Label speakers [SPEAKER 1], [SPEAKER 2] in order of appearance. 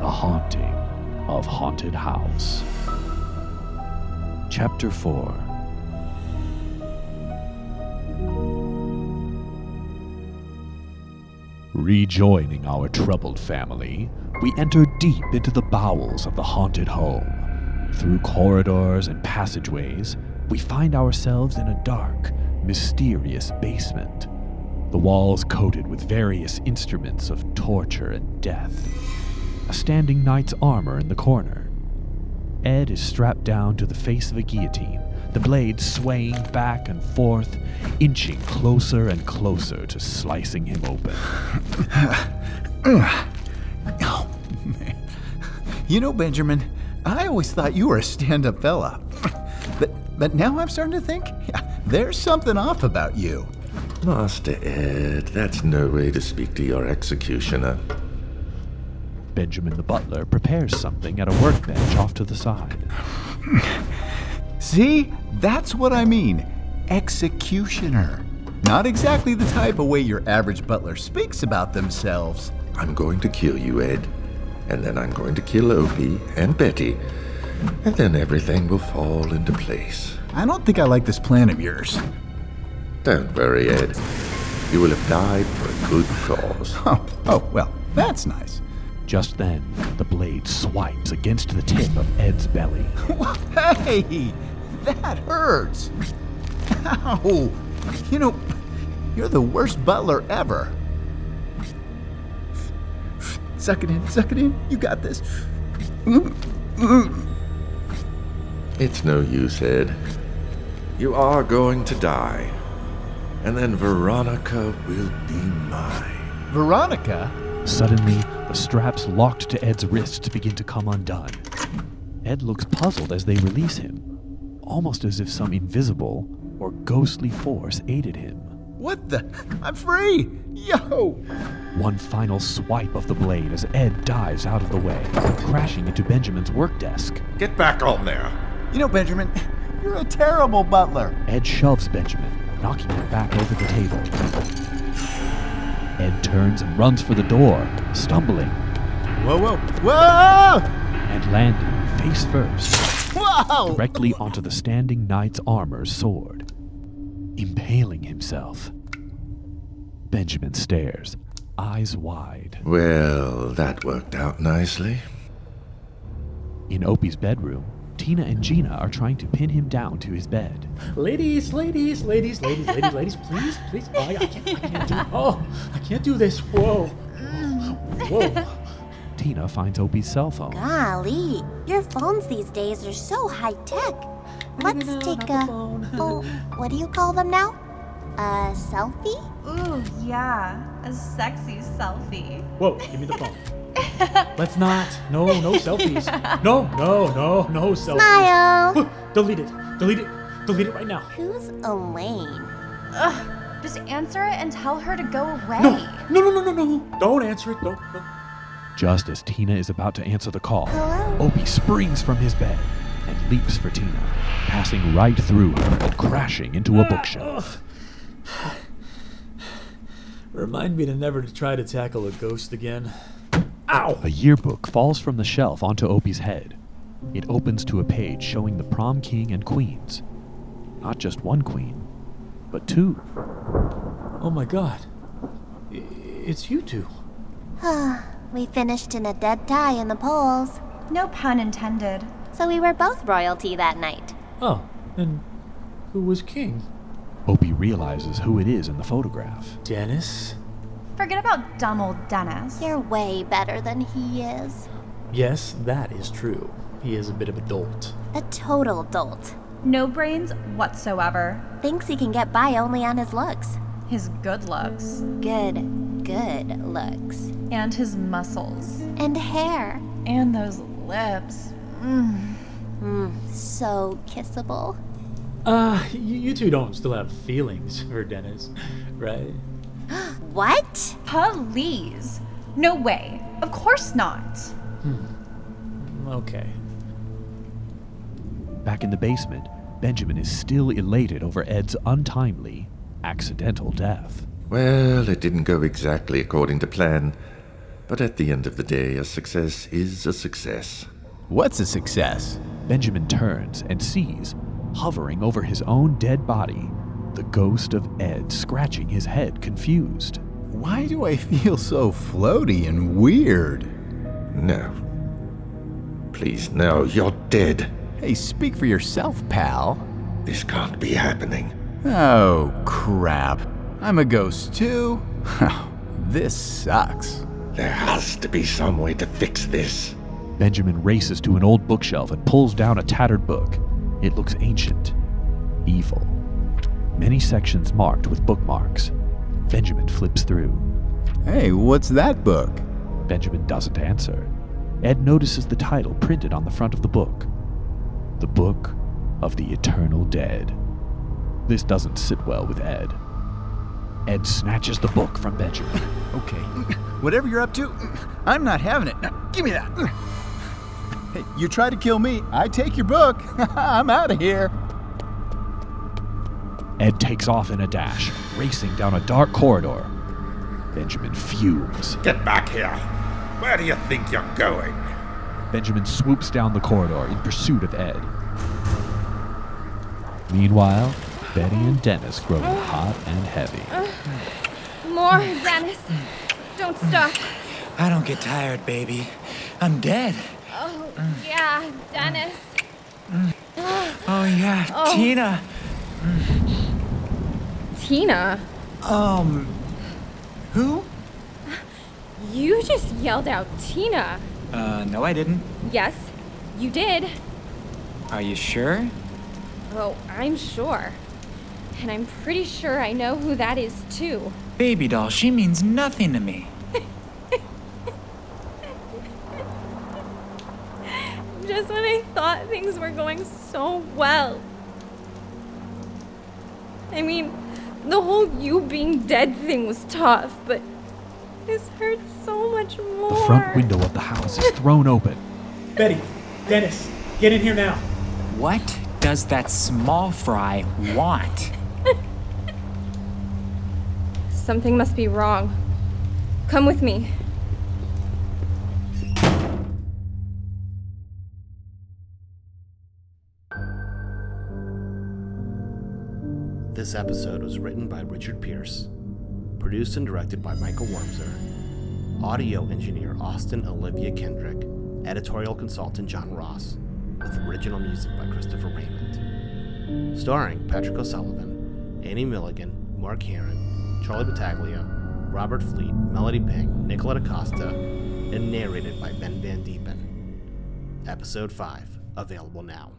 [SPEAKER 1] Haunting of Haunted House. Chapter 4 Rejoining our troubled family, we enter deep into the bowels of the haunted home. Through corridors and passageways, we find ourselves in a dark, mysterious basement. The walls coated with various instruments of torture and death. A standing knight's armor in the corner. Ed is strapped down to the face of a guillotine, the blade swaying back and forth, inching closer and closer to slicing him open.
[SPEAKER 2] Oh, man. You know, Benjamin, I always thought you were a stand up fella. But, but now I'm starting to think yeah, there's something off about you.
[SPEAKER 3] Master Ed, that's no way to speak to your executioner.
[SPEAKER 1] Benjamin the butler prepares something at a workbench off to the side.
[SPEAKER 2] See, that's what I mean executioner. Not exactly the type of way your average butler speaks about themselves.
[SPEAKER 3] I'm going to kill you, Ed. And then I'm going to kill Opie and Betty. And then everything will fall into place.
[SPEAKER 2] I don't think I like this plan of yours.
[SPEAKER 3] Don't worry, Ed. You will have died for a good cause.
[SPEAKER 2] Oh, oh well, that's nice.
[SPEAKER 1] Just then, the blade swipes against the tip of Ed's belly.
[SPEAKER 2] Hey, that hurts. Ow. You know, you're the worst butler ever. Suck it in, suck it in. You got this.
[SPEAKER 3] It's no use, Ed. You are going to die. And then Veronica will be mine.
[SPEAKER 2] Veronica?
[SPEAKER 1] Suddenly, the straps locked to Ed's wrists begin to come undone. Ed looks puzzled as they release him, almost as if some invisible or ghostly force aided him.
[SPEAKER 2] What the? I'm free! Yo!
[SPEAKER 1] One final swipe of the blade as Ed dives out of the way, crashing into Benjamin's work desk.
[SPEAKER 3] Get back on there.
[SPEAKER 2] You know, Benjamin, you're a terrible butler.
[SPEAKER 1] Ed shoves Benjamin, knocking him back over the table. Ed turns and runs for the door, stumbling
[SPEAKER 2] Whoa, whoa, whoa!
[SPEAKER 1] and landing face first
[SPEAKER 2] Whoa!
[SPEAKER 1] directly onto the standing knight's armor's sword, impaling himself. Benjamin stares, eyes wide.
[SPEAKER 3] Well, that worked out nicely.
[SPEAKER 1] In Opie's bedroom, Tina and Gina are trying to pin him down to his bed.
[SPEAKER 4] Ladies, ladies, ladies, ladies, ladies, ladies, please, please. Oh, I, I can't, I can't do Oh, I can't do this. Whoa. Whoa.
[SPEAKER 1] Tina finds Opie's cell phone.
[SPEAKER 5] Golly, your phones these days are so high tech. Let's
[SPEAKER 4] no,
[SPEAKER 5] take
[SPEAKER 4] not
[SPEAKER 5] a.
[SPEAKER 4] the phone.
[SPEAKER 5] Oh, what do you call them now? A selfie?
[SPEAKER 4] Oh.
[SPEAKER 6] Ooh, yeah, a sexy selfie.
[SPEAKER 4] Whoa, Oh, give me the phone. Let's not. No, no selfies. No, no, no, no selfies.
[SPEAKER 5] Smile!
[SPEAKER 4] Delete it. Delete it. Delete it right now.
[SPEAKER 5] Who's Elaine?
[SPEAKER 6] Just answer it and tell her to go away.
[SPEAKER 4] No, no, no, no, no, no. Don't answer it. No, no.
[SPEAKER 1] Just as Tina is about to answer the call,
[SPEAKER 5] Hello?
[SPEAKER 1] Opie springs from his bed and leaps for Tina, passing right through her and crashing into a bookshelf.
[SPEAKER 4] Remind me to never to try to tackle a ghost again. Ow.
[SPEAKER 1] A yearbook falls from the shelf onto Opie's head. It opens to a page showing the prom king and queens. Not just one queen, but two.
[SPEAKER 4] Oh my god. I- It's you two.
[SPEAKER 5] We finished in a dead tie in the polls,
[SPEAKER 6] No pun intended.
[SPEAKER 5] so we were both royalty that night.
[SPEAKER 4] Oh, and who was king?
[SPEAKER 1] Opie realizes who it is in the photograph.
[SPEAKER 4] Dennis?
[SPEAKER 6] Forget about dumb old Dennis.
[SPEAKER 5] You're way better than he is.
[SPEAKER 4] Yes, that is true. He is a bit of a dolt.
[SPEAKER 5] A total dolt.
[SPEAKER 6] No brains whatsoever.
[SPEAKER 5] Thinks he can get by only on his looks.
[SPEAKER 6] His good looks
[SPEAKER 5] Good, good looks.
[SPEAKER 6] and his muscles
[SPEAKER 5] And hair.
[SPEAKER 6] and those lips.
[SPEAKER 5] So kissable.
[SPEAKER 4] Uh, you, you two don't still have feelings for Dennis, right?
[SPEAKER 5] What?
[SPEAKER 6] Please. No way. Of course not.
[SPEAKER 4] Okay.
[SPEAKER 1] Back in the basement, Benjamin is still elated over Ed's untimely, accidental death.
[SPEAKER 3] Well, it didn't go exactly according to plan. But at the end of the day, a success is a success.
[SPEAKER 2] What's a success?
[SPEAKER 1] Benjamin turns and sees, hovering over his own dead body, the ghost of Ed scratching his head, confused.
[SPEAKER 2] Why do I feel so floaty and weird?
[SPEAKER 3] No. Please, no, you're dead.
[SPEAKER 2] Hey, speak for yourself, pal.
[SPEAKER 3] This can't be happening.
[SPEAKER 2] Oh, crap. I'm a ghost too? this sucks.
[SPEAKER 3] There has to be some way to fix this.
[SPEAKER 1] Benjamin races to an old bookshelf and pulls down a tattered book. It looks ancient, evil. Many sections marked with bookmarks. Benjamin flips through.
[SPEAKER 2] Hey, what's that book?
[SPEAKER 1] Benjamin doesn't answer. Ed notices the title printed on the front of the book The Book of the Eternal Dead. This doesn't sit well with Ed. Ed snatches the book from Benjamin.
[SPEAKER 2] Okay, whatever you're up to, I'm not having it. Now, give me that. Hey, you try to kill me, I take your book. I'm out of here.
[SPEAKER 1] Ed takes off in a dash, racing down a dark corridor. Benjamin fumes.
[SPEAKER 3] Get back here! Where do you think you're going?
[SPEAKER 1] Benjamin swoops down the corridor in pursuit of Ed. Meanwhile, Betty and Dennis growing hot and heavy.
[SPEAKER 7] More, Dennis. Don't stop.
[SPEAKER 8] I don't get tired, baby. I'm dead.
[SPEAKER 7] Oh, yeah, Dennis.
[SPEAKER 8] Oh, yeah,
[SPEAKER 7] Oh.
[SPEAKER 8] Tina.
[SPEAKER 7] Tina,
[SPEAKER 8] Um, who?
[SPEAKER 7] you just yelled out Tina.
[SPEAKER 8] Uh, no, I didn't.
[SPEAKER 7] Yes, you did.
[SPEAKER 8] Are you sure?
[SPEAKER 7] Oh, I'm sure. And I'm pretty sure I know who that is, too.
[SPEAKER 8] Baby doll, she means nothing to me.
[SPEAKER 7] Just when I thought things were going so well. I mean, the whole you being dead thing was tough, but this hurts so much more.
[SPEAKER 1] The front window of the house is thrown open.
[SPEAKER 4] Betty, Dennis, get in here now.
[SPEAKER 8] What does that small fry want?
[SPEAKER 7] Something must be wrong. Come with me.
[SPEAKER 9] This episode was written by Richard Pierce, produced and directed by Michael Wormser, audio engineer Austin Olivia Kendrick, editorial consultant John Ross, with original music by Christopher Raymond. Starring Patrick O'Sullivan, Annie Milligan, Mark Heron, Charlie Battaglia, Robert Fleet, Melody Ping, Nicolette Acosta, and narrated by Ben Van Diepen. Episode 5, available now.